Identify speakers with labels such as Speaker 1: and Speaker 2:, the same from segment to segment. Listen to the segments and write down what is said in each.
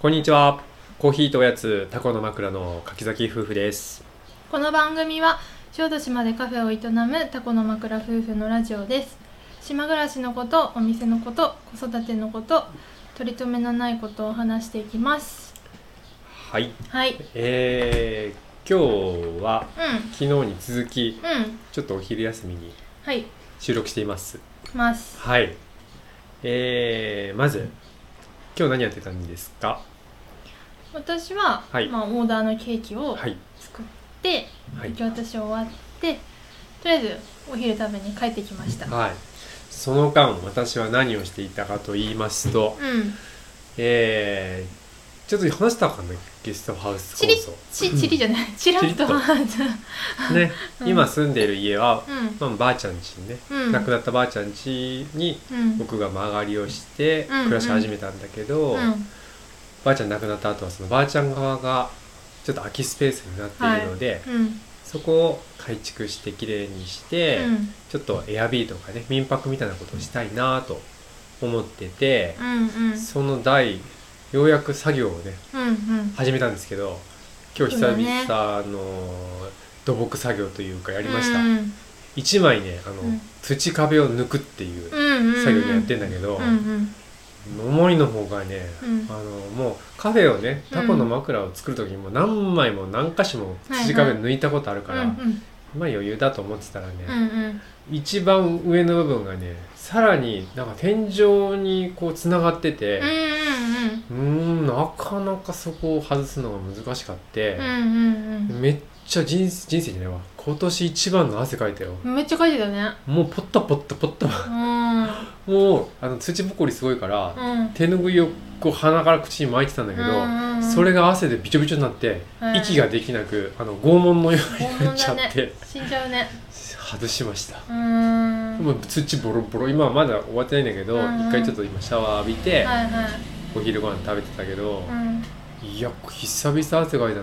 Speaker 1: こんにちは。コーヒーとおやつ、タコの枕の柿崎夫婦です。
Speaker 2: この番組は小豆島でカフェを営むタコの枕夫婦のラジオです島暮らしのことお店のこと子育てのこと取り留めのないことを話していきます
Speaker 1: はい。
Speaker 2: はい
Speaker 1: えー、今日は
Speaker 2: う
Speaker 1: 昨日に続き、
Speaker 2: んうん
Speaker 1: ちょっとお昼休みに
Speaker 2: はい
Speaker 1: 収録しています。
Speaker 2: ます
Speaker 1: はい。えー、まず、今日何やってたんですか
Speaker 2: 私は、
Speaker 1: はい
Speaker 2: まあ、オーダーのケーキを
Speaker 1: はい。
Speaker 2: 作って、
Speaker 1: はい
Speaker 2: 今日私終わってとりあえずお昼食べに帰ってきました
Speaker 1: はい。その間、私は何をしていたかと言いますと、
Speaker 2: うん
Speaker 1: えー、ちょっと話したかな、ゲストハウス
Speaker 2: チ
Speaker 1: 構
Speaker 2: リ
Speaker 1: 想。
Speaker 2: ちちりじゃないちらっと
Speaker 1: ちりっとね、
Speaker 2: うん
Speaker 1: 今住んでいる家は、
Speaker 2: うん
Speaker 1: まあ、ばあちゃん家にね、
Speaker 2: うん
Speaker 1: 亡くなったばあちゃん家に
Speaker 2: うん
Speaker 1: 僕が間借りをして
Speaker 2: うん
Speaker 1: 暮らし始めたんだけど、
Speaker 2: うん
Speaker 1: ばあちゃん亡くなった後はそのばあちゃん側がちょっと空きスペースになっているので、
Speaker 2: うん
Speaker 1: そこを改築してきれいにして、
Speaker 2: うん
Speaker 1: ちょっとエアビーとかね民泊みたいなことをしたいなと思ってて、
Speaker 2: うんうん
Speaker 1: その第ようやく作業をね
Speaker 2: うんうん
Speaker 1: 始めたんですけど今日久々の土木作業というかやりました。
Speaker 2: うん
Speaker 1: 一枚ねあの、
Speaker 2: うん
Speaker 1: 土壁を抜くっていう
Speaker 2: うんうんうん
Speaker 1: 作業でやってんだけど、
Speaker 2: うんうん
Speaker 1: 思いの方がね、
Speaker 2: うん
Speaker 1: あのもうカフェをね
Speaker 2: うん
Speaker 1: タコの枕を作る時にも何枚も何箇所も土壁抜いたことあるから、
Speaker 2: うんうん
Speaker 1: まあ余裕だと思ってたらね、
Speaker 2: うんうん
Speaker 1: 一番上の部分がねさらになんか天井にこうつながってて
Speaker 2: うんう、ん
Speaker 1: うーんなかなかそこを外すのが難しかって
Speaker 2: うん、うんうん
Speaker 1: めっちゃ人人生じゃないわ今年一番の汗かいたよ、
Speaker 2: うんめっちゃ書いてたね
Speaker 1: もうポッタポッタポッタ
Speaker 2: うんうん
Speaker 1: もうあの土ぼこりすごいから、手ぬぐいをこう鼻から口に巻いてたんだけど、
Speaker 2: うんうん
Speaker 1: それが汗でびちょびちょになって、
Speaker 2: うん
Speaker 1: 息ができなくあの拷問のように
Speaker 2: 拷
Speaker 1: なっ
Speaker 2: 問
Speaker 1: ちゃ
Speaker 2: だ
Speaker 1: っ
Speaker 2: ね
Speaker 1: て、
Speaker 2: 死んじゃうね
Speaker 1: 外しました、
Speaker 2: うん
Speaker 1: もう土ボロボロ今はまだ終わってないんだけど、
Speaker 2: うんうん
Speaker 1: 一回ちょっと今シャワー浴びて、
Speaker 2: はいはい
Speaker 1: お昼ご飯食べてたけど、
Speaker 2: うん
Speaker 1: いや久々汗かいたな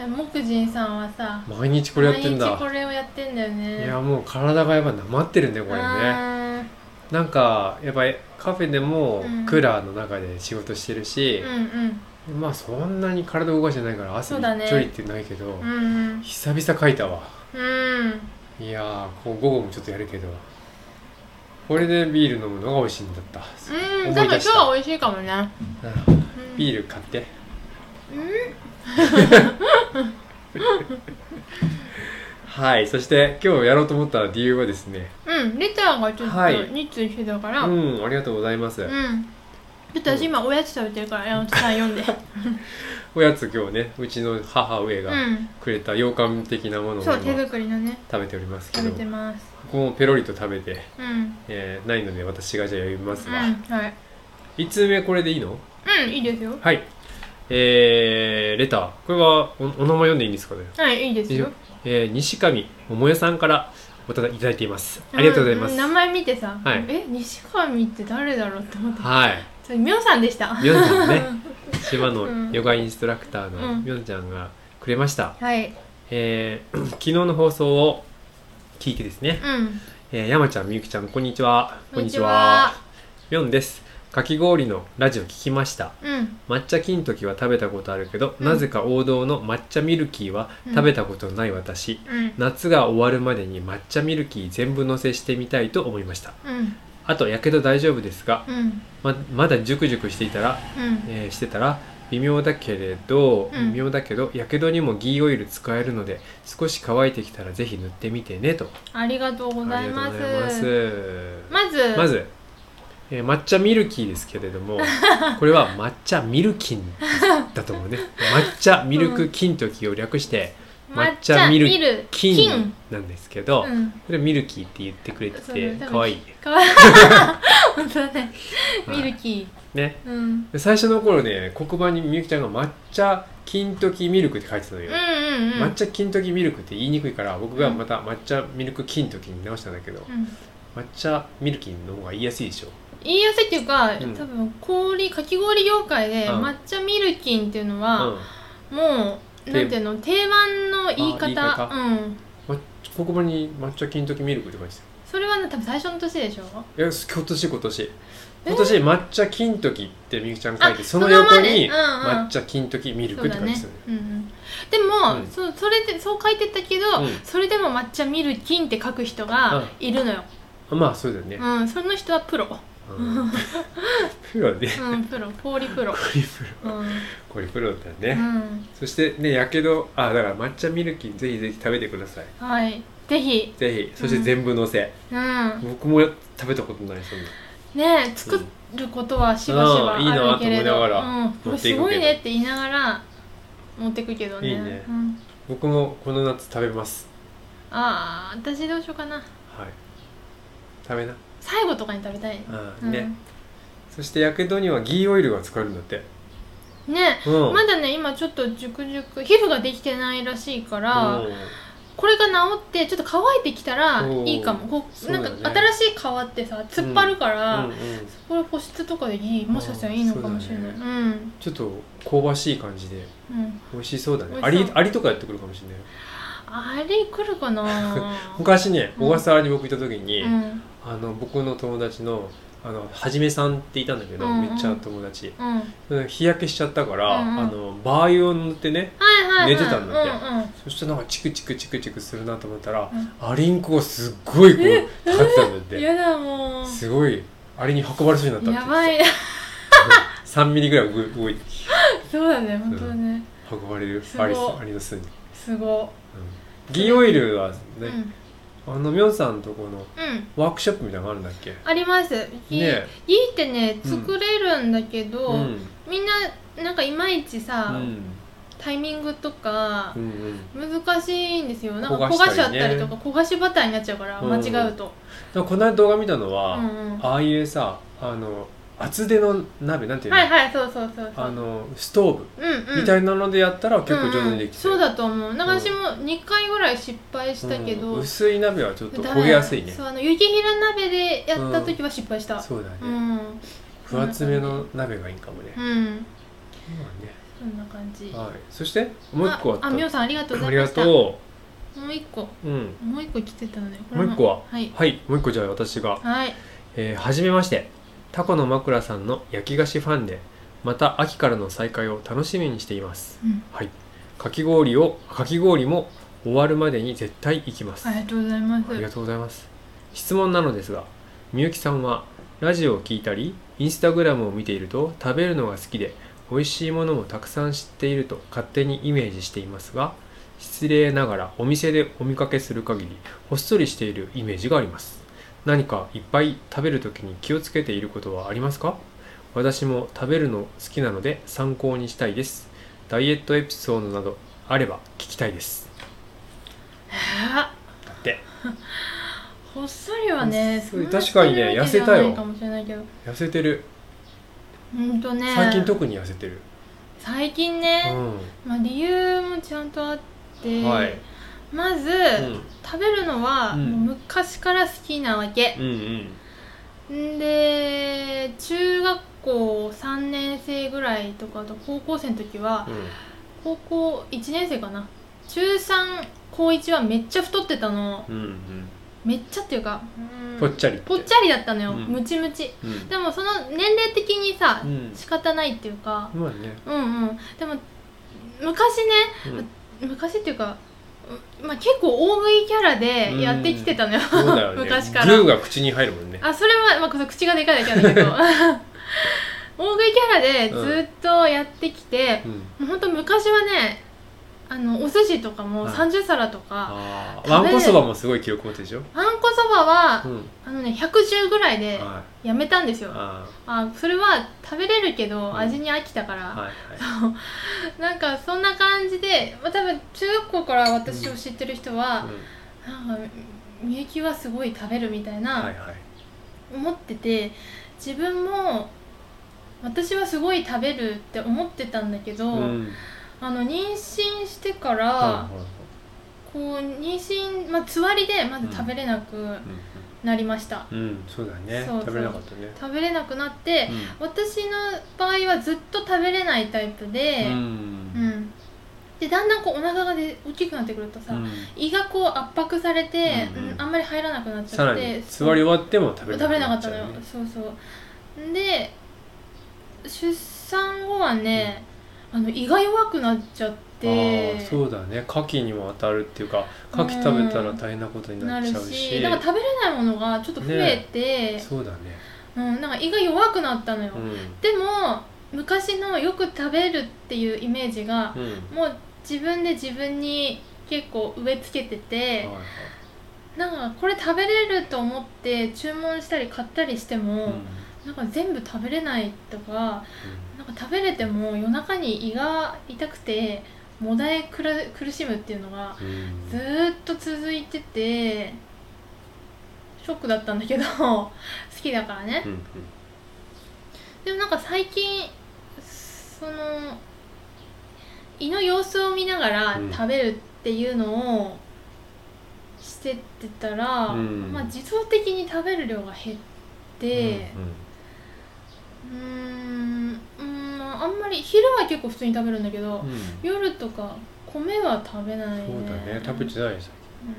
Speaker 2: え木人さんはさ
Speaker 1: 毎日これやってん
Speaker 2: 毎
Speaker 1: だ
Speaker 2: 日これをやってんだよ
Speaker 1: い
Speaker 2: ね
Speaker 1: やもう体がやっぱなまってるねこれね、
Speaker 2: ね
Speaker 1: なんかやっぱりカフェでも
Speaker 2: うん
Speaker 1: クーラーの中で仕事してるし、
Speaker 2: うんうん
Speaker 1: まあそんなに体動かしてないから汗
Speaker 2: そ
Speaker 1: び
Speaker 2: う
Speaker 1: っ
Speaker 2: だね
Speaker 1: ちょりってないけど、
Speaker 2: うんうん
Speaker 1: 久々かいたわ
Speaker 2: うん
Speaker 1: いやーこう午後もちょっとやるけどこれでビール飲むのが美味しいんだった、
Speaker 2: うんで
Speaker 1: 思
Speaker 2: も
Speaker 1: い
Speaker 2: 今
Speaker 1: 出し
Speaker 2: 日
Speaker 1: た
Speaker 2: は美味しいかもね
Speaker 1: うん
Speaker 2: うん
Speaker 1: ビール買って はいそして今日やろうと思った理由はですね
Speaker 2: うんレターがちょっ
Speaker 1: は
Speaker 2: と
Speaker 1: い
Speaker 2: 2通一緒だから、
Speaker 1: うんありがとうございます、
Speaker 2: うん。ちょっと私今おやつ食べてるから山本さん 読んで。
Speaker 1: おやつ今日ねうちの母上
Speaker 2: う
Speaker 1: が
Speaker 2: ん。
Speaker 1: くれた洋館的なものを
Speaker 2: そう
Speaker 1: 今
Speaker 2: 手作りのね
Speaker 1: 食べておりますけ
Speaker 2: 食べ
Speaker 1: ど
Speaker 2: て
Speaker 1: こ
Speaker 2: ます。
Speaker 1: こもペロリと食べて、
Speaker 2: うん。うん
Speaker 1: えーないので私がじゃあ読みますわ、
Speaker 2: はい。
Speaker 1: 1通目これでいいの
Speaker 2: うんいいですよ。
Speaker 1: はいえー、レターこれはおお名前読んでいいんですかね
Speaker 2: はいいいですよ。
Speaker 1: えー、西上桃代さんからおただいただいていますありがとうございます、
Speaker 2: ん名前見てさ、
Speaker 1: はい
Speaker 2: え西上って誰だろうって思って。
Speaker 1: はい
Speaker 2: それみょうさんでした。
Speaker 1: みょんちゃん ね
Speaker 2: うん
Speaker 1: 島のヨガインストラクターの
Speaker 2: うん
Speaker 1: みょんちゃんがくれました、
Speaker 2: はい。
Speaker 1: えー 昨日の放送を聞いてですね、
Speaker 2: うん。
Speaker 1: えー、山ちゃんみゆきちゃんこんにちは
Speaker 2: こんにちは。
Speaker 1: みょんですかき氷のラジオ聞きました
Speaker 2: うん。
Speaker 1: 抹茶金時は食べたことあるけど、
Speaker 2: うん
Speaker 1: なぜか王道の抹茶ミルキーは食べたことのない私、
Speaker 2: うん。
Speaker 1: 夏が終わるまでに抹茶ミルキー全部乗せしてみたいと思いました
Speaker 2: うん。
Speaker 1: あとやけど大丈夫ですが
Speaker 2: うん。
Speaker 1: ままだジュクジュクしていたら、
Speaker 2: うん。
Speaker 1: えーしてたら微妙だけれど、
Speaker 2: うん
Speaker 1: 微妙だけどやけどにもギーオイル使えるので少し乾いてきたらぜひ塗ってみてねと
Speaker 2: ありがとうございます。
Speaker 1: ありがとうございま
Speaker 2: まず
Speaker 1: すまず、えー抹茶ミルキーですけれど もこれは抹茶ミルキンだと 思うね抹茶ミルク金時を略して抹茶ミルキン
Speaker 2: ル
Speaker 1: 金なんですけど、
Speaker 2: うん。
Speaker 1: それミルキーって言ってくれて
Speaker 2: そう
Speaker 1: て
Speaker 2: だ
Speaker 1: 可愛い
Speaker 2: かわいい。本当だね。
Speaker 1: はい
Speaker 2: ミルキ
Speaker 1: ね
Speaker 2: ー。うん。
Speaker 1: で最初の頃ね黒板にみゆきちゃんが抹茶金時ミルクって書いてたの
Speaker 2: う
Speaker 1: よ、
Speaker 2: んうんうん。
Speaker 1: 抹茶金時ミルクって言いにくいから僕が
Speaker 2: うん
Speaker 1: また抹茶ミルク金時に直したんだけど、
Speaker 2: うん。
Speaker 1: 抹茶ミルキーの方が言いやすいでしょ
Speaker 2: 言いやすいっていうか、
Speaker 1: うん
Speaker 2: 多分氷かき氷業界で
Speaker 1: うん
Speaker 2: 抹茶ミルキンっていうのは、
Speaker 1: う
Speaker 2: もう
Speaker 1: 定
Speaker 2: なんていうの定番の言い
Speaker 1: あ
Speaker 2: 方
Speaker 1: 言い方
Speaker 2: うん
Speaker 1: ん、ま、黒板に抹茶金時ミルクって書いてたよ
Speaker 2: それはね多分最初の年でしょ
Speaker 1: いや今年今年今年抹茶金時ってみゆきちゃん書いて
Speaker 2: あ
Speaker 1: その横に
Speaker 2: そのままねうんうん
Speaker 1: 抹茶金時ミル
Speaker 2: そ
Speaker 1: ク
Speaker 2: う
Speaker 1: って
Speaker 2: だ
Speaker 1: 書いて
Speaker 2: ね
Speaker 1: たよね。
Speaker 2: うんうん、でも、
Speaker 1: うん
Speaker 2: そうそれでそう書いてたけど、
Speaker 1: うん
Speaker 2: それでも抹茶ミルキンって書く人がいるのよ、
Speaker 1: まあそうだよね
Speaker 2: う。んその人はプロ、
Speaker 1: うん プロで
Speaker 2: うん、プロ氷プロ
Speaker 1: こ、れプロ
Speaker 2: うん
Speaker 1: これプロだ
Speaker 2: う
Speaker 1: ね。
Speaker 2: ん、
Speaker 1: そしてねやけどあだから抹茶ミルキーぜひぜひ食べてください。
Speaker 2: はいぜひ、
Speaker 1: ぜひそして全部のせ。
Speaker 2: うん、
Speaker 1: 僕も食べたことないそんな。
Speaker 2: ねえ作ることはしばしば
Speaker 1: うんいいなと
Speaker 2: あ
Speaker 1: 思
Speaker 2: る
Speaker 1: い
Speaker 2: けれど
Speaker 1: ながら
Speaker 2: うん、これすごいねって言いながら持ってくけどね
Speaker 1: いいね
Speaker 2: うん、
Speaker 1: 僕もこの夏食べます。
Speaker 2: ああ私どうしようかな
Speaker 1: はい。食べな。
Speaker 2: 最後とかに食べたい、
Speaker 1: うんね。そしてやけどにはギーオイルが使えるんだって。
Speaker 2: うんねえ
Speaker 1: うん。
Speaker 2: まだね今ちょっと熟々皮膚ができてないらしいから、
Speaker 1: うん
Speaker 2: これが治ってちょっと乾いてきたら
Speaker 1: おー
Speaker 2: いいかもこう
Speaker 1: そうだ
Speaker 2: な
Speaker 1: ね
Speaker 2: んか新しい皮ってさ突っ張るから、
Speaker 1: うんうん
Speaker 2: これ保湿とかでいいもしかしたらいいのかもしれない
Speaker 1: あー
Speaker 2: う,、
Speaker 1: そちょっと香ばしい感じで
Speaker 2: ん、うん、
Speaker 1: 美味しそうだね。
Speaker 2: 美
Speaker 1: ア
Speaker 2: 味しそう
Speaker 1: リアリとかやってくるかもしれないよ。
Speaker 2: あれ来るか な
Speaker 1: 昔ね
Speaker 2: うん
Speaker 1: 小笠原に僕行った時に、
Speaker 2: うん
Speaker 1: あの僕の友達のあのはじめさんっていたんだけど、
Speaker 2: うんう
Speaker 1: め
Speaker 2: ん
Speaker 1: っちゃ友達
Speaker 2: うんはい
Speaker 1: うん日焼けしちゃったから、
Speaker 2: うんうん
Speaker 1: あのバー油を塗ってね
Speaker 2: はい、はい、
Speaker 1: 寝てたんだって
Speaker 2: うんうん
Speaker 1: そしたらなんかチクチクチクチクするなと思ったら、
Speaker 2: う
Speaker 1: アリンコがすっごいこ
Speaker 2: え
Speaker 1: うかかってたんだって、
Speaker 2: やだもう
Speaker 1: すごいアリに運ばれそうになったって
Speaker 2: や ばい
Speaker 1: 3ミリぐらい動い動いて
Speaker 2: そうだね本当だね、
Speaker 1: 運ばれる
Speaker 2: すごい
Speaker 1: アリスアリの巣に、うん
Speaker 2: すご
Speaker 1: ギーオイルはね、
Speaker 2: い、うん
Speaker 1: あのミョンさんのとこの
Speaker 2: うん
Speaker 1: ワークショップみたいなのあるんだっけ
Speaker 2: ありますいい,、
Speaker 1: ね
Speaker 2: いいってね作れるんだけど、
Speaker 1: うん
Speaker 2: みんななんかいまいち
Speaker 1: う
Speaker 2: さ、
Speaker 1: ん
Speaker 2: タイミングとか
Speaker 1: うんうん
Speaker 2: 難しいんですよなんか焦
Speaker 1: 焦
Speaker 2: が
Speaker 1: が
Speaker 2: し
Speaker 1: し
Speaker 2: ちゃ
Speaker 1: た
Speaker 2: っ
Speaker 1: りね
Speaker 2: たりとか焦がしバターになっちゃうから
Speaker 1: うん
Speaker 2: 間違うと
Speaker 1: だからこの間動画見たの
Speaker 2: う
Speaker 1: は、
Speaker 2: んうんは
Speaker 1: ああいうさあの厚手の鍋なんて
Speaker 2: い
Speaker 1: いうの,、
Speaker 2: はいそうそうそうそ
Speaker 1: あ
Speaker 2: う
Speaker 1: のストーブ
Speaker 2: うんうん
Speaker 1: みたいなのでやったら結構上手にできて
Speaker 2: うんうんそうだと思うなんか私も2回ぐらい失敗したけど、
Speaker 1: うん薄い鍋はちょっと
Speaker 2: ダメ
Speaker 1: 焦げやすいね
Speaker 2: そうあの雪平鍋でやった時は失敗した
Speaker 1: そうだね、
Speaker 2: うん、うん、
Speaker 1: 分厚めの鍋がいいかもね、ま
Speaker 2: そんな感じ
Speaker 1: あねはい、そしてもう一個あった
Speaker 2: あみょうさんありがとうご
Speaker 1: あ
Speaker 2: ざ
Speaker 1: り
Speaker 2: いま
Speaker 1: が
Speaker 2: した
Speaker 1: と
Speaker 2: もう一個
Speaker 1: う、うん、
Speaker 2: もう一個来てたのねこ
Speaker 1: もう一個は
Speaker 2: はい
Speaker 1: はいもう一個じゃあ私が
Speaker 2: はい
Speaker 1: えーはじめましてタコの枕さんの焼き菓子ファンでまた秋からの再会を楽しみにしています、
Speaker 2: うん
Speaker 1: はいかき氷をかき氷も終わるまでに絶対行きます、
Speaker 2: ありがとうございます
Speaker 1: ありがとうございます質問なのですがみゆきさんはラジオを聞いたりインスタグラムを見ていると食べるのが好きで美味しいものもたくさん知っていると勝手にイメージしていますが失礼ながらお店でお見かけする限りほっそりしているイメージがあります何かいっぱい食べる時に気をつけていることはありますか私も食べるの好きなので参考にしたいですダイエットエピソードなどあれば聞きたいです
Speaker 2: あ
Speaker 1: だって
Speaker 2: ほっそりはね
Speaker 1: ほっそり
Speaker 2: そんな
Speaker 1: 確かにね
Speaker 2: してるわけじゃないかもしれないけど
Speaker 1: 痩せてる
Speaker 2: うんとね
Speaker 1: 最近特に痩せてる、
Speaker 2: 最近
Speaker 1: う
Speaker 2: ね、
Speaker 1: ん
Speaker 2: まあ、理由もちゃんとあって、
Speaker 1: はい
Speaker 2: まず、
Speaker 1: うん
Speaker 2: 食べるのは
Speaker 1: うん
Speaker 2: もう昔から好きなわけ、
Speaker 1: うんうん
Speaker 2: ん、で中学校3年生ぐらいとかあと高校生の時は高校1年生かな中3高1はめっちゃ太ってたの
Speaker 1: うんうん
Speaker 2: めっちゃっていうかう
Speaker 1: うんんぽっちゃり
Speaker 2: ぽっちゃりだったのよ、
Speaker 1: うん
Speaker 2: ムチムチ
Speaker 1: ゃり
Speaker 2: でもその年齢的にさ、
Speaker 1: うん
Speaker 2: 仕方ないっていうか
Speaker 1: まあね
Speaker 2: うんうんでも昔ね
Speaker 1: うん
Speaker 2: 昔っていうか、うまあ、結構大食いキャラでやってきてたのよ,、
Speaker 1: そうだよね
Speaker 2: 昔から
Speaker 1: グーが口に入るもんね
Speaker 2: あそれは、まあこれ、口がでかいだけなんだ けど大食いキャラでずっとやってきて
Speaker 1: う、ん
Speaker 2: もうほんと昔はねあのお寿司とかも
Speaker 1: はい
Speaker 2: 30皿とか、
Speaker 1: あ
Speaker 2: 食べ
Speaker 1: あわんこそばもすごい記録持ってるでしょ
Speaker 2: あんこそばは、
Speaker 1: うん
Speaker 2: あのね110ぐらいで
Speaker 1: は
Speaker 2: やめたんです
Speaker 1: い
Speaker 2: よ、
Speaker 1: あ
Speaker 2: あそれは食べれるけど
Speaker 1: うん
Speaker 2: 味に飽きたか
Speaker 1: あ
Speaker 2: ら、
Speaker 1: はい
Speaker 2: なんかそんな感じで、まあ、多分中学校から私を知ってる人は
Speaker 1: は、い
Speaker 2: なんかみゆきはすごい食べるみたい
Speaker 1: うんはい
Speaker 2: な
Speaker 1: はい
Speaker 2: 思ってて自分も私はすごい食べるって思ってたんだけど、
Speaker 1: うん
Speaker 2: あの妊娠してか
Speaker 1: は
Speaker 2: ら
Speaker 1: いはいはい
Speaker 2: こう妊娠、まあ、つわりでまず食べれなくなりました、
Speaker 1: うんうんそうだね
Speaker 2: そうそう
Speaker 1: 食べれなかったね
Speaker 2: 食べれなくなって、私の場合はずっと食べれないタイプで、
Speaker 1: うん
Speaker 2: うん、でだんだんこうお腹がで大きくなってくるとさ、
Speaker 1: うん
Speaker 2: 胃がこう圧迫されて、
Speaker 1: うんうん
Speaker 2: うんあんまり入らなくなっち
Speaker 1: さ
Speaker 2: ゃ
Speaker 1: ら
Speaker 2: って
Speaker 1: に
Speaker 2: そう
Speaker 1: 座り終わっても食べ
Speaker 2: 食べれなかったの
Speaker 1: ちゃ
Speaker 2: よ
Speaker 1: うね
Speaker 2: そうそうで出産後はね、あの胃が弱くなっちゃっ
Speaker 1: あ
Speaker 2: て
Speaker 1: ーそうだね牡蠣にも当たるっていうか牡蠣食べたら大変なことになっ
Speaker 2: なる
Speaker 1: ちゃう
Speaker 2: し
Speaker 1: し
Speaker 2: なんか食べれないものがちょっと増えて、
Speaker 1: そうだね
Speaker 2: うん、なんか胃が弱くなったのよ、
Speaker 1: うん
Speaker 2: でも昔のよく食べるっていうイメージが、
Speaker 1: うん
Speaker 2: もう自分で自分に結構植え付けてて、
Speaker 1: はいはい
Speaker 2: なんかこれ食べれると思って注文したり買ったりしても、
Speaker 1: うんうん
Speaker 2: なんか全部食べれないとかなんか食べれても夜中に胃が痛くてもだえくら苦しむっていうのが
Speaker 1: うん
Speaker 2: ずーっと続いててショックだったんだけど 好きだからね
Speaker 1: うんうん
Speaker 2: でもなんか最近その胃の様子を見ながら
Speaker 1: うん
Speaker 2: 食べるっていうのをしてってたら、
Speaker 1: うん
Speaker 2: まあ、自動的に食べる量が減って、うーんうーんあんまり昼は結構普通に食べるんだけど、
Speaker 1: うんうん
Speaker 2: 夜とか米は食べないね
Speaker 1: そうだね食べてないです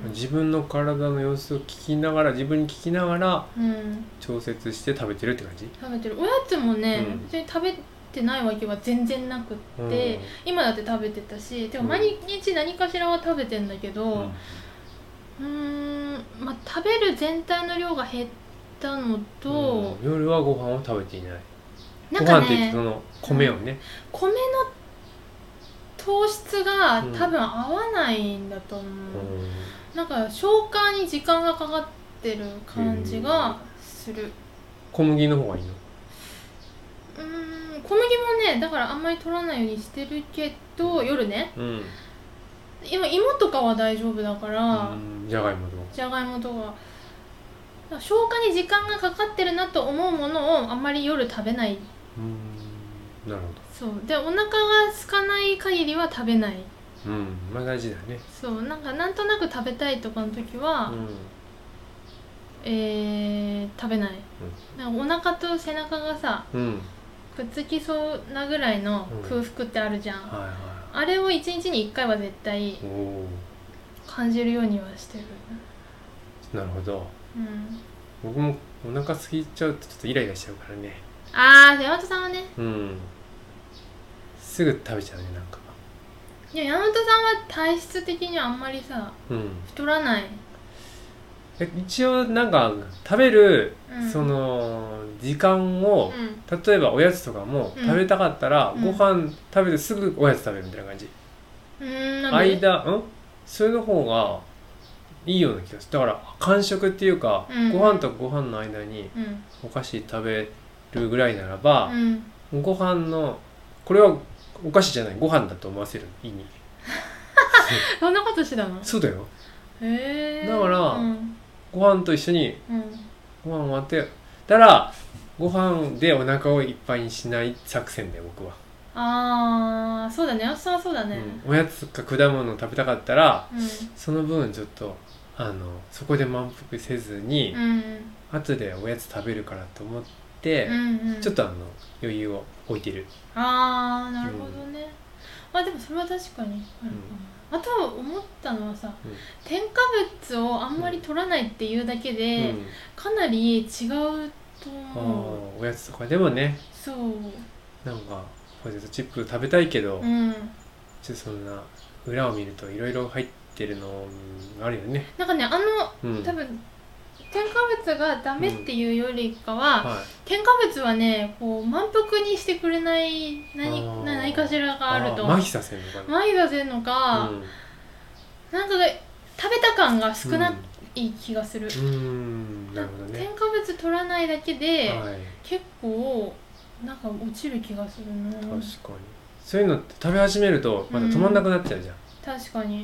Speaker 2: うん
Speaker 1: 自分の体の様子を聞きながら自分に聞きながら
Speaker 2: うん
Speaker 1: 調節して食べてるって感じ
Speaker 2: 食べてるおやつもね、
Speaker 1: うん
Speaker 2: 別に食べてないわけは全然なくって、今だって食べてたしでも
Speaker 1: うん
Speaker 2: 毎日何かしらは食べてんだけ
Speaker 1: うん
Speaker 2: どうーんまあ食べる全体の量が減ったのと、
Speaker 1: うん夜はご飯を食べていない
Speaker 2: なん
Speaker 1: ご
Speaker 2: か
Speaker 1: 飯って言ってそ
Speaker 2: ね
Speaker 1: の米をね
Speaker 2: 米の糖質が
Speaker 1: うん
Speaker 2: 多分合わないんだと
Speaker 1: う
Speaker 2: 思う、
Speaker 1: ん
Speaker 2: なんか消化に時間がかかってる感じがする
Speaker 1: 小麦の方がいいの
Speaker 2: うーん小麦もねだからあんまり取らないようにしてるけど夜ね
Speaker 1: うん
Speaker 2: 今芋とかは大丈夫だから、
Speaker 1: うんじゃがいもとか
Speaker 2: じゃがいもとかだから消化に時間がかかってるなと思うものをあんまり夜食べない
Speaker 1: うんなるほ
Speaker 2: そうでお腹が空かない限りは食べない
Speaker 1: どうんまあ大事だね
Speaker 2: そうなんかなんとなく食べたいとかの時
Speaker 1: う
Speaker 2: は、
Speaker 1: ん
Speaker 2: えー食べない、なんかお腹と背中がさ
Speaker 1: うん
Speaker 2: くっつきそうなぐらいの空腹ってあるじゃん、
Speaker 1: はいは
Speaker 2: あれを1日に1回は絶対
Speaker 1: いおお
Speaker 2: 感じるようにはしてる
Speaker 1: なるほど
Speaker 2: うん
Speaker 1: 僕もお腹空いちゃうとちょっとイライラしちゃうからね
Speaker 2: ああ山本さんはね
Speaker 1: うんすぐ食べちゃうねなんか
Speaker 2: でも山本さんは体質的にはあんまりさ
Speaker 1: うん
Speaker 2: 太らない
Speaker 1: え一応なんか食べる、
Speaker 2: うん
Speaker 1: その時間を、
Speaker 2: うん
Speaker 1: 例えばおやつとかも
Speaker 2: うん
Speaker 1: 食べたかったら、
Speaker 2: うん
Speaker 1: ご飯食べてすぐおやつ食べるみたいな感じ、
Speaker 2: うーんなんで
Speaker 1: 間うんそれの方がいいような気がするだから間食っていうか、
Speaker 2: うん
Speaker 1: ご飯とご飯の間に
Speaker 2: うん
Speaker 1: お菓子食べるぐらいならば
Speaker 2: う、ん
Speaker 1: ご飯のこれはお菓子じゃないご飯だと思わせる意味
Speaker 2: そんなことしてたのへ
Speaker 1: そうだよ
Speaker 2: え
Speaker 1: だから
Speaker 2: うん
Speaker 1: ご飯と一緒に
Speaker 2: うん
Speaker 1: ご飯終わってたらご飯でお腹をいっぱいにしない作戦で僕は、
Speaker 2: ああそうだね山本さんはそうだね
Speaker 1: うん、おやつか果物食べたかったら
Speaker 2: うん
Speaker 1: その分ちょっとあのそこで満腹せずに、
Speaker 2: うん
Speaker 1: 後でおやつ食べるからと思って、
Speaker 2: うんうん
Speaker 1: ちょっとあの余裕を置いてる、
Speaker 2: ああなるほどね、あでもそれは確かにあるかな、あと思ったのはさ、
Speaker 1: うん
Speaker 2: 添加物をあんまり取らないっていうだけで、
Speaker 1: うん
Speaker 2: かなり違うと
Speaker 1: あ
Speaker 2: 思う、
Speaker 1: ーおやつとかでもね
Speaker 2: そう
Speaker 1: なんかポテトチップ食べたいけど、
Speaker 2: うん
Speaker 1: ちょっとそんな裏を見るといろいろ入ってるのうんあるよね、
Speaker 2: なんかねあの
Speaker 1: うん、
Speaker 2: 多分添加物がダメっていうよりかは、
Speaker 1: はい
Speaker 2: 添加物はねこう満腹にしてくれない何
Speaker 1: あー
Speaker 2: な何かしらがあると
Speaker 1: ー麻痺させるのかな、
Speaker 2: 麻痺させるのか、
Speaker 1: うん
Speaker 2: なんか食べた感が少ない気がする、
Speaker 1: うん、うんなるほどね
Speaker 2: 添加物取らないだけで、
Speaker 1: はい
Speaker 2: 結構なんか落ちる気がするな
Speaker 1: 確かにそういうのって食べ始めるとまた止まんなくなっちゃうじゃん、
Speaker 2: 確かに、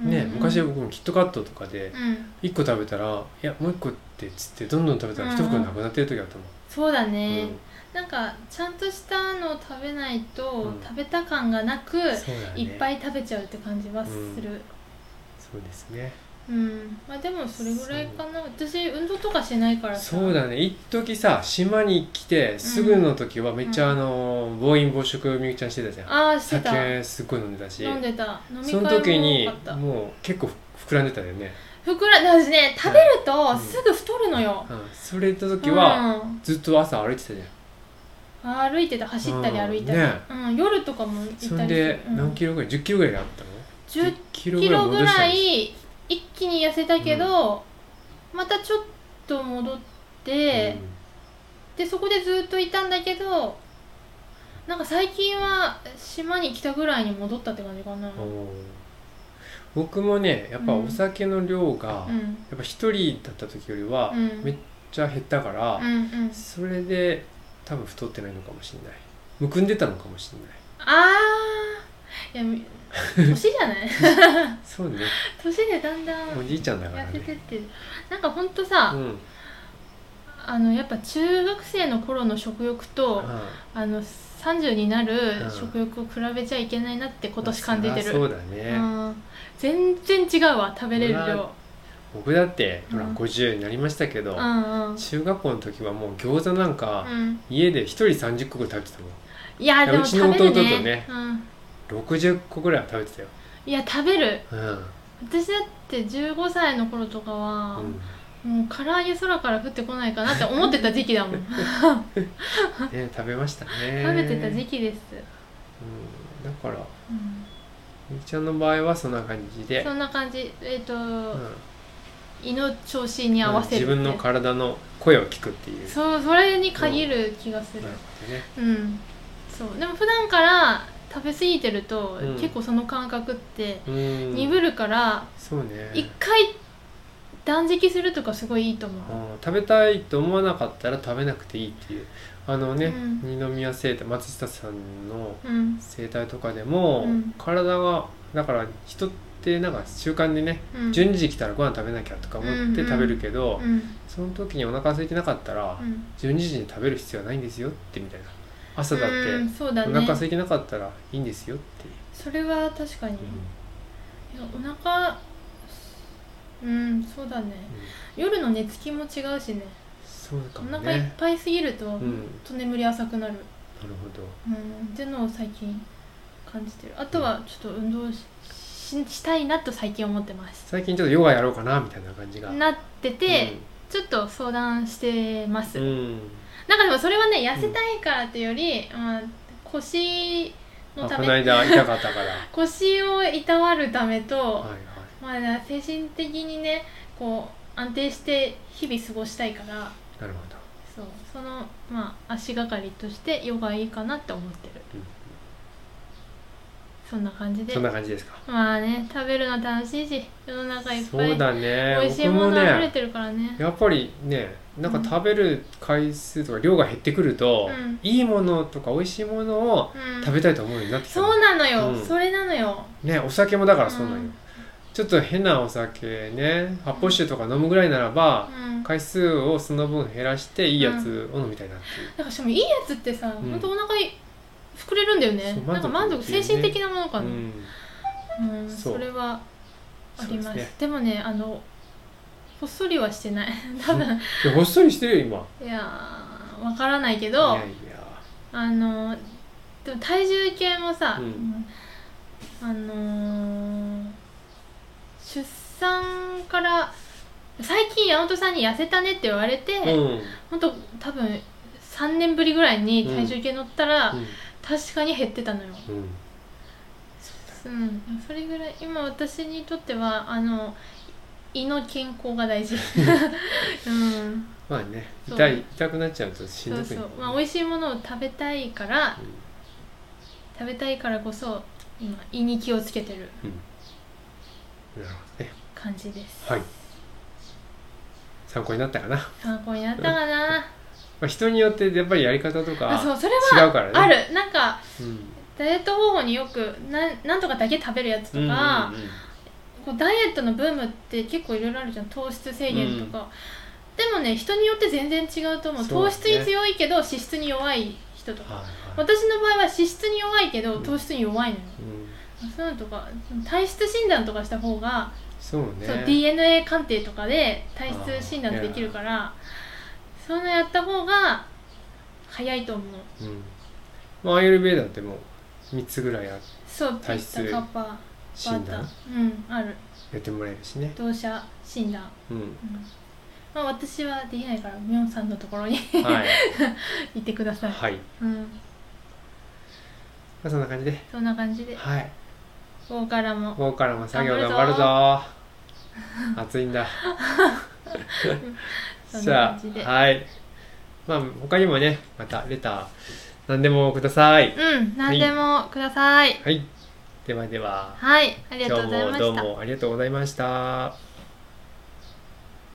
Speaker 1: ね
Speaker 2: うん
Speaker 1: 昔僕もキットカットとかで
Speaker 2: うん
Speaker 1: 1個食べたらいやもう1個ってっつってどんどん食べたら
Speaker 2: うん
Speaker 1: 1袋なくなってる時あったもん、
Speaker 2: そうだ
Speaker 1: うん
Speaker 2: ね、なんかちゃんとしたのを食べないと、
Speaker 1: うん
Speaker 2: 食べた感がなく、
Speaker 1: そうだね
Speaker 2: いっぱい食べちゃうって感じはする
Speaker 1: そうですね
Speaker 2: うん、まあでもそれぐらいかな私運動とかしないからさ
Speaker 1: そうだね一時さ島に来てすぐの時はめっちゃ、
Speaker 2: うん
Speaker 1: あの暴飲暴食みゆきちゃんしてたじゃん
Speaker 2: ああしてた
Speaker 1: 酒すっごい飲んでたし
Speaker 2: 飲んでた飲み
Speaker 1: その
Speaker 2: 会
Speaker 1: 時
Speaker 2: も
Speaker 1: に
Speaker 2: 多かった
Speaker 1: もう結構膨らんでたよね
Speaker 2: 膨ら私ね食べるとすぐ太るのよ、
Speaker 1: うん、それ行った時は、
Speaker 2: うん
Speaker 1: ずっと朝歩いてたじゃん
Speaker 2: 歩いてた走ったり歩いたり、
Speaker 1: うん
Speaker 2: うん
Speaker 1: ね
Speaker 2: 夜とかも行ったりす
Speaker 1: そ
Speaker 2: る
Speaker 1: れで
Speaker 2: うん
Speaker 1: 何キロぐらい10キロぐらいあったの
Speaker 2: 10
Speaker 1: 10キ
Speaker 2: キロぐ
Speaker 1: 戻した
Speaker 2: ら
Speaker 1: んです
Speaker 2: い一気に痩せたけど、またちょっと戻って、でそこでずっといたんだけどなんか最近は島に来たぐらいに戻ったって感じかな、
Speaker 1: うんおー僕もねやっぱお酒の量が、
Speaker 2: う
Speaker 1: や
Speaker 2: ん
Speaker 1: っぱ一人だった時よりは
Speaker 2: うん
Speaker 1: めっちゃ減ったから、
Speaker 2: うんうん、
Speaker 1: それで多分太ってないのかもしれないむくんでたのかもしれな
Speaker 2: あーい やみ年じゃない
Speaker 1: いそうね
Speaker 2: 年でだんだん
Speaker 1: おじいちゃんだから
Speaker 2: 痩せてっ
Speaker 1: ね
Speaker 2: てなんかほんとさ、
Speaker 1: うん
Speaker 2: あのやっぱ中学生の頃の食欲と
Speaker 1: あ
Speaker 2: あの30にな
Speaker 1: う
Speaker 2: る
Speaker 1: ん
Speaker 2: 食欲を比べちゃいけないなって今年感じて
Speaker 1: まあ
Speaker 2: る、
Speaker 1: そりゃそうだね、
Speaker 2: うん全然違うわ食べれる
Speaker 1: うわ
Speaker 2: 量
Speaker 1: 僕だってほら
Speaker 2: うん
Speaker 1: 50になりましたけど、
Speaker 2: うんうん
Speaker 1: 中学校の時はもう餃子なんか、
Speaker 2: うん
Speaker 1: 家で一人30個ぐらい食べてたもん
Speaker 2: いやで
Speaker 1: う
Speaker 2: も
Speaker 1: ちの
Speaker 2: 食
Speaker 1: 弟
Speaker 2: べる
Speaker 1: とね
Speaker 2: ねうん、
Speaker 1: 60個ぐらいは食べてたよ
Speaker 2: いや食べる
Speaker 1: うん、
Speaker 2: 私だって15歳の頃とかは
Speaker 1: う、 ん
Speaker 2: もう唐揚げ空から降ってこないかなって思ってた時期だ もん食
Speaker 1: ね、食べましたね
Speaker 2: べてた時
Speaker 1: 期、
Speaker 2: 期です、
Speaker 1: うん、だから
Speaker 2: うん
Speaker 1: みゆきちゃんの場合はそんな感じで
Speaker 2: そんな感じえっ、と、
Speaker 1: うん
Speaker 2: 胃の調子に合わせる
Speaker 1: 自
Speaker 2: って
Speaker 1: 分の体の声を聞くっていう
Speaker 2: そうそれに限る気がする
Speaker 1: なるほどね
Speaker 2: うんそうでも普段から食べ過ぎてると、
Speaker 1: うん
Speaker 2: 結構その感覚って
Speaker 1: うん
Speaker 2: 鈍るから
Speaker 1: そうね
Speaker 2: 一、回断食するとかすごいいいと思う、
Speaker 1: うん食べたいと思わなかったら食べなくていいっていうあのね、
Speaker 2: うん
Speaker 1: 二宮生態松下さんの
Speaker 2: うん
Speaker 1: 生態とかでも、
Speaker 2: うん
Speaker 1: 体がだから人ってなんか習慣でね、
Speaker 2: うん
Speaker 1: 12時来たらご飯食べなきゃとか思って食べるけど、
Speaker 2: うん
Speaker 1: その時にお腹空いてなかったら、
Speaker 2: うん
Speaker 1: 12時に食べる必要はないんですよってみたいな朝だって、
Speaker 2: うんそうだ
Speaker 1: お腹
Speaker 2: ね
Speaker 1: 空いてなかったらいいんですよっていう、
Speaker 2: それは確かに、いやお腹うんそうだね
Speaker 1: うん
Speaker 2: 夜の寝つきも違うしね
Speaker 1: そうか
Speaker 2: お
Speaker 1: も
Speaker 2: 腹いっ
Speaker 1: ね
Speaker 2: ぱいすぎると、ほ
Speaker 1: うんんなる
Speaker 2: と眠り浅くなる
Speaker 1: ほど
Speaker 2: うんっていうのを最近感じてるあとはちょっと運動しししたいなと最近思ってます
Speaker 1: 最近ちょっとヨガやろうかなみたいな感じが
Speaker 2: なってて、ちょっと相談してます、
Speaker 1: うん、うん
Speaker 2: なんかでもそれはね痩せたいからっていうより、まあ、腰の
Speaker 1: あ
Speaker 2: た
Speaker 1: この
Speaker 2: め
Speaker 1: 間痛か ったから
Speaker 2: 腰をいたわるためと、
Speaker 1: はいはい
Speaker 2: まあね、精神的にねこう安定して日々過ごしたいから
Speaker 1: なるほど
Speaker 2: そうその、まあ、足がかりとしてヨガいいかなって思ってる、
Speaker 1: うん
Speaker 2: そんな感じで
Speaker 1: そんな感じですか
Speaker 2: まあね食べるの楽しいし世の中いっぱ
Speaker 1: そう
Speaker 2: い
Speaker 1: だね
Speaker 2: 美味しい
Speaker 1: 僕
Speaker 2: も
Speaker 1: も
Speaker 2: の溢れ
Speaker 1: ね
Speaker 2: てるからね
Speaker 1: やっぱりねなんか食べる回数とか量が減ってくると、
Speaker 2: うん
Speaker 1: いいものとか美味しいものを
Speaker 2: うん
Speaker 1: 食べたいと思うようになってきた、
Speaker 2: そうなのよ、
Speaker 1: うん
Speaker 2: それなのよ
Speaker 1: ねお酒もだからそうなんよ、
Speaker 2: うん
Speaker 1: ちょっと変なお酒ね発泡酒とか飲むぐらいならば、
Speaker 2: うん
Speaker 1: 回数をその分減らしていいやつを飲みたいなっていう、
Speaker 2: なんかしかもいいやつってさ、
Speaker 1: うん
Speaker 2: ほんとお腹い膨れるんだよね
Speaker 1: そう
Speaker 2: なんか満
Speaker 1: 満足
Speaker 2: 足
Speaker 1: っていう
Speaker 2: 精
Speaker 1: ね
Speaker 2: 神的なものか
Speaker 1: う
Speaker 2: な、うん
Speaker 1: んそ
Speaker 2: そうれはあり
Speaker 1: そ
Speaker 2: ま
Speaker 1: う
Speaker 2: すで
Speaker 1: ですね
Speaker 2: もねあのほっそりはしてない 多分
Speaker 1: いやほっそりしてるよ今
Speaker 2: いやーわからないけど
Speaker 1: いやいや
Speaker 2: あのでも体重計もさ、
Speaker 1: うん
Speaker 2: あのー出産から最近山本さんに痩せたねって言われて、
Speaker 1: うん、うん
Speaker 2: ほんと多分3年ぶりぐらいに体重計乗ったら、確かに減ってたのよ
Speaker 1: うん
Speaker 2: うんそれぐらい今私にとってはあの胃の健康 が大事うん
Speaker 1: まあね
Speaker 2: そう
Speaker 1: 痛い痛くなっちゃうとしん
Speaker 2: そ
Speaker 1: ど
Speaker 2: う
Speaker 1: くな
Speaker 2: そ
Speaker 1: る
Speaker 2: うまあ美味しいものを食べたいから
Speaker 1: うん
Speaker 2: 食べたいからこそ今胃に気をつけてる
Speaker 1: なるほどね
Speaker 2: 感じです
Speaker 1: はい参考になったかな、
Speaker 2: 参考になったかな
Speaker 1: まあ、人によってやっぱりやり方と
Speaker 2: あそ
Speaker 1: か
Speaker 2: うそれ
Speaker 1: 違う
Speaker 2: は
Speaker 1: からね
Speaker 2: あるなんか
Speaker 1: うん
Speaker 2: ダイエット方法によくなんなんとかだけ食べるやつと
Speaker 1: う
Speaker 2: か、
Speaker 1: んうんうん
Speaker 2: こうダイエットのブームって結構いろいろあるじゃん糖質制限とか、でもね人によって全然違うと思う
Speaker 1: そう
Speaker 2: 糖
Speaker 1: です
Speaker 2: 質
Speaker 1: ね
Speaker 2: に強いけど脂質に弱い人とか
Speaker 1: はいはい
Speaker 2: 私の場合は脂質に弱いけど
Speaker 1: うん
Speaker 2: 糖質に弱いのよ、
Speaker 1: うん
Speaker 2: そういうのとか体質診断とかした方が、
Speaker 1: そう
Speaker 2: そう
Speaker 1: ね
Speaker 2: DNA 鑑定とかで体質診断できるからそういうのやった方が早いと思う
Speaker 1: うんまあアイルベーダーってもう3つぐらいある
Speaker 2: そうピ
Speaker 1: 体
Speaker 2: ッ
Speaker 1: 質
Speaker 2: タカッパ
Speaker 1: 診断
Speaker 2: うんある
Speaker 1: やってもらえるしね
Speaker 2: 同社診断、
Speaker 1: うん
Speaker 2: うんまあ、私はできないからみょんさんのところに
Speaker 1: はい
Speaker 2: 行ってください、
Speaker 1: はい、ま
Speaker 2: うん、
Speaker 1: あ、そんな感じで
Speaker 2: そんな感じで
Speaker 1: はい
Speaker 2: ここからも
Speaker 1: ここからも作業頑
Speaker 2: 頑
Speaker 1: 張
Speaker 2: 張
Speaker 1: る
Speaker 2: る
Speaker 1: ぞ
Speaker 2: ぞ
Speaker 1: ー暑い んだ
Speaker 2: そん
Speaker 1: じ
Speaker 2: な
Speaker 1: ゃ
Speaker 2: 感じで
Speaker 1: あはいまあ他にもねまたレター何でもください
Speaker 2: うん何でもください
Speaker 1: はいではでは
Speaker 2: はい、ありが
Speaker 1: 今
Speaker 2: とう
Speaker 1: 日
Speaker 2: ございま
Speaker 1: も
Speaker 2: し
Speaker 1: どう
Speaker 2: た
Speaker 1: もありがとうございました